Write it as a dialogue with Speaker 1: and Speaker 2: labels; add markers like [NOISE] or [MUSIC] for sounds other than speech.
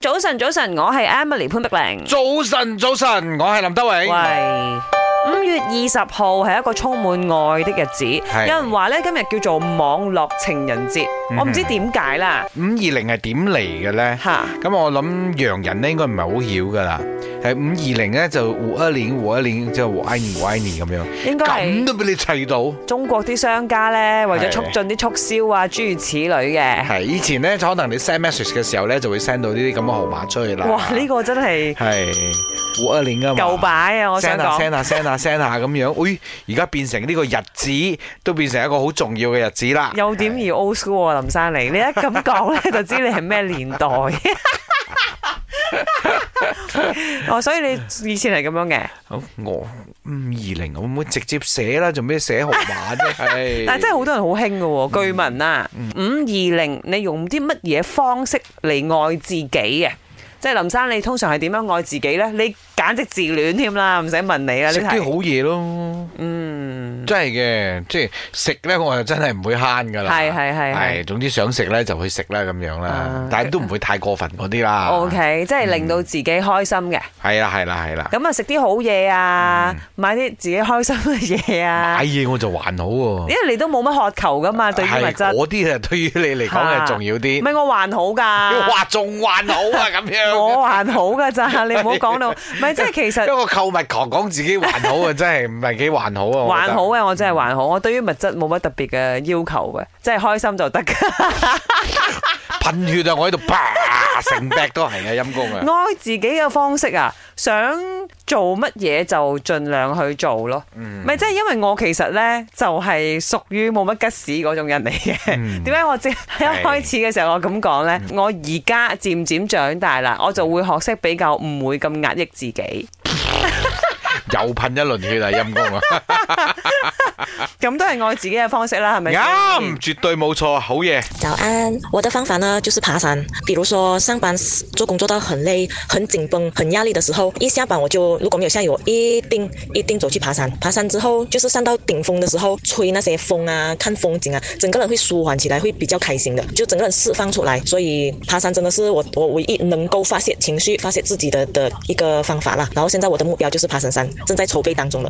Speaker 1: 早晨，早晨，我係 Emily 潘碧玲。
Speaker 2: 早晨，早晨，我係林德榮。
Speaker 1: 喂，五月二十號係一個充滿愛的日子，有人話咧今日叫做網絡情人節，
Speaker 2: 嗯哼
Speaker 1: 我唔知點解啦
Speaker 2: 五二零係點嚟嘅呢？
Speaker 1: 吓。
Speaker 2: 咁我諗洋人咧應該唔係好曉噶啦。係五二零咧就胡一年胡一年即係胡一年胡一年咁樣，
Speaker 1: 應該
Speaker 2: 咁
Speaker 1: 係
Speaker 2: 都俾你砌到。
Speaker 1: 中國啲商家咧為咗促進啲促銷啊，諸如此類嘅。
Speaker 2: 係以前咧，可能你 send message 嘅時候咧，就會 send 到呢啲咁嘅號碼出去啦。
Speaker 1: 哇！呢個真係
Speaker 2: 係胡一年啊嘛。
Speaker 1: 舊擺啊，我想
Speaker 2: send 下 send
Speaker 1: 講。
Speaker 2: 下 send 下 send 下咁樣，喂，而家變成呢個日子都變成一個好重要嘅日子啦。
Speaker 1: 有點而 old school 啊，林生你，你一咁講
Speaker 2: [LAUGHS]
Speaker 1: 咧，就知你係咩年代。 [LAUGHS] 哦，所以你以前係咁樣嘅。
Speaker 2: 好我五二零，我唔會直接寫啦，做咩寫號
Speaker 1: [LAUGHS]
Speaker 2: 碼啫？係
Speaker 1: 但係真啊係好多人好興
Speaker 2: 嗯
Speaker 1: 嘅喎，據聞啊，五二零你用啲乜嘢方式嚟愛自己嘅？即係林生，你通常係點樣愛自己呢？你簡直自戀添啦，唔使問你啦呢
Speaker 2: 食啲好
Speaker 1: 題。
Speaker 2: 嘢咯，
Speaker 1: 嗯，
Speaker 2: 真係嘅，即係食咧，我就真係唔會慳噶啦。
Speaker 1: 係係係係
Speaker 2: 係，總之想食咧就去食啦，咁樣啦
Speaker 1: 啊，
Speaker 2: 但係都唔會太過分嗰啲啦。
Speaker 1: OK，即係令到自己開心嘅。
Speaker 2: 係啦係啦係啦，
Speaker 1: 咁啊，食啲好嘢啊，買啲自己開心嘅嘢啊
Speaker 2: 嗯買，嘢我就還好喎。
Speaker 1: 因為你都冇乜渴求噶嘛，對於物
Speaker 2: 係
Speaker 1: 質。啊
Speaker 2: 嗰啲啊，對於你嚟講係重要
Speaker 1: 唔
Speaker 2: 啲。
Speaker 1: 係我還好
Speaker 2: [LAUGHS]
Speaker 1: 㗎。
Speaker 2: 哇，仲還好啊，咁樣。
Speaker 1: 啊我還好㗎咋，你唔好
Speaker 2: [LAUGHS]
Speaker 1: 講到，唔係即係其實
Speaker 2: 一。個購物狂講自己還好啊，真係唔係幾還好啊。我覺
Speaker 1: 還
Speaker 2: 得嗯
Speaker 1: 好嘅，我真係還好。我對於物質冇乜特別嘅要求嘅，即係開心就得㗎。
Speaker 2: 噴血啊！我喺度啪，成壁都係啊，陰公
Speaker 1: [LAUGHS]
Speaker 2: 啊！
Speaker 1: 愛自己嘅方式啊，想做乜嘢就盡量去做咯。
Speaker 2: 嗯
Speaker 1: 咪即係因為我其實呢，就係屬於冇乜吉屎嗰種人嚟嘅。
Speaker 2: 嗯
Speaker 1: [LAUGHS] 點解我即係一開始嘅時候我咁講呢？我而家漸漸長大啦，我就會學識比較唔會咁壓抑自己。
Speaker 2: 又噴一輪血啊，陰公啊！
Speaker 1: 咁都係愛自己嘅方式啦，係咪先？
Speaker 2: 啱，絕對冇錯，好嘢。
Speaker 3: 早安，我的方法呢就是爬山。比如说上班时做工做到很累、很紧绷、很压力的时候，一下班我就如果没有下雨，我一定一定走去爬山。爬山之后就是上到顶峰的时候，吹那些风啊，看风景啊，整个人会舒缓起来，会比较开心的，就整个人释放出来。所以爬山真的是我我唯一能够发泄情绪、发泄自己的的一个方法啦。然后现在我的目标就是爬神山，正在筹备当中了。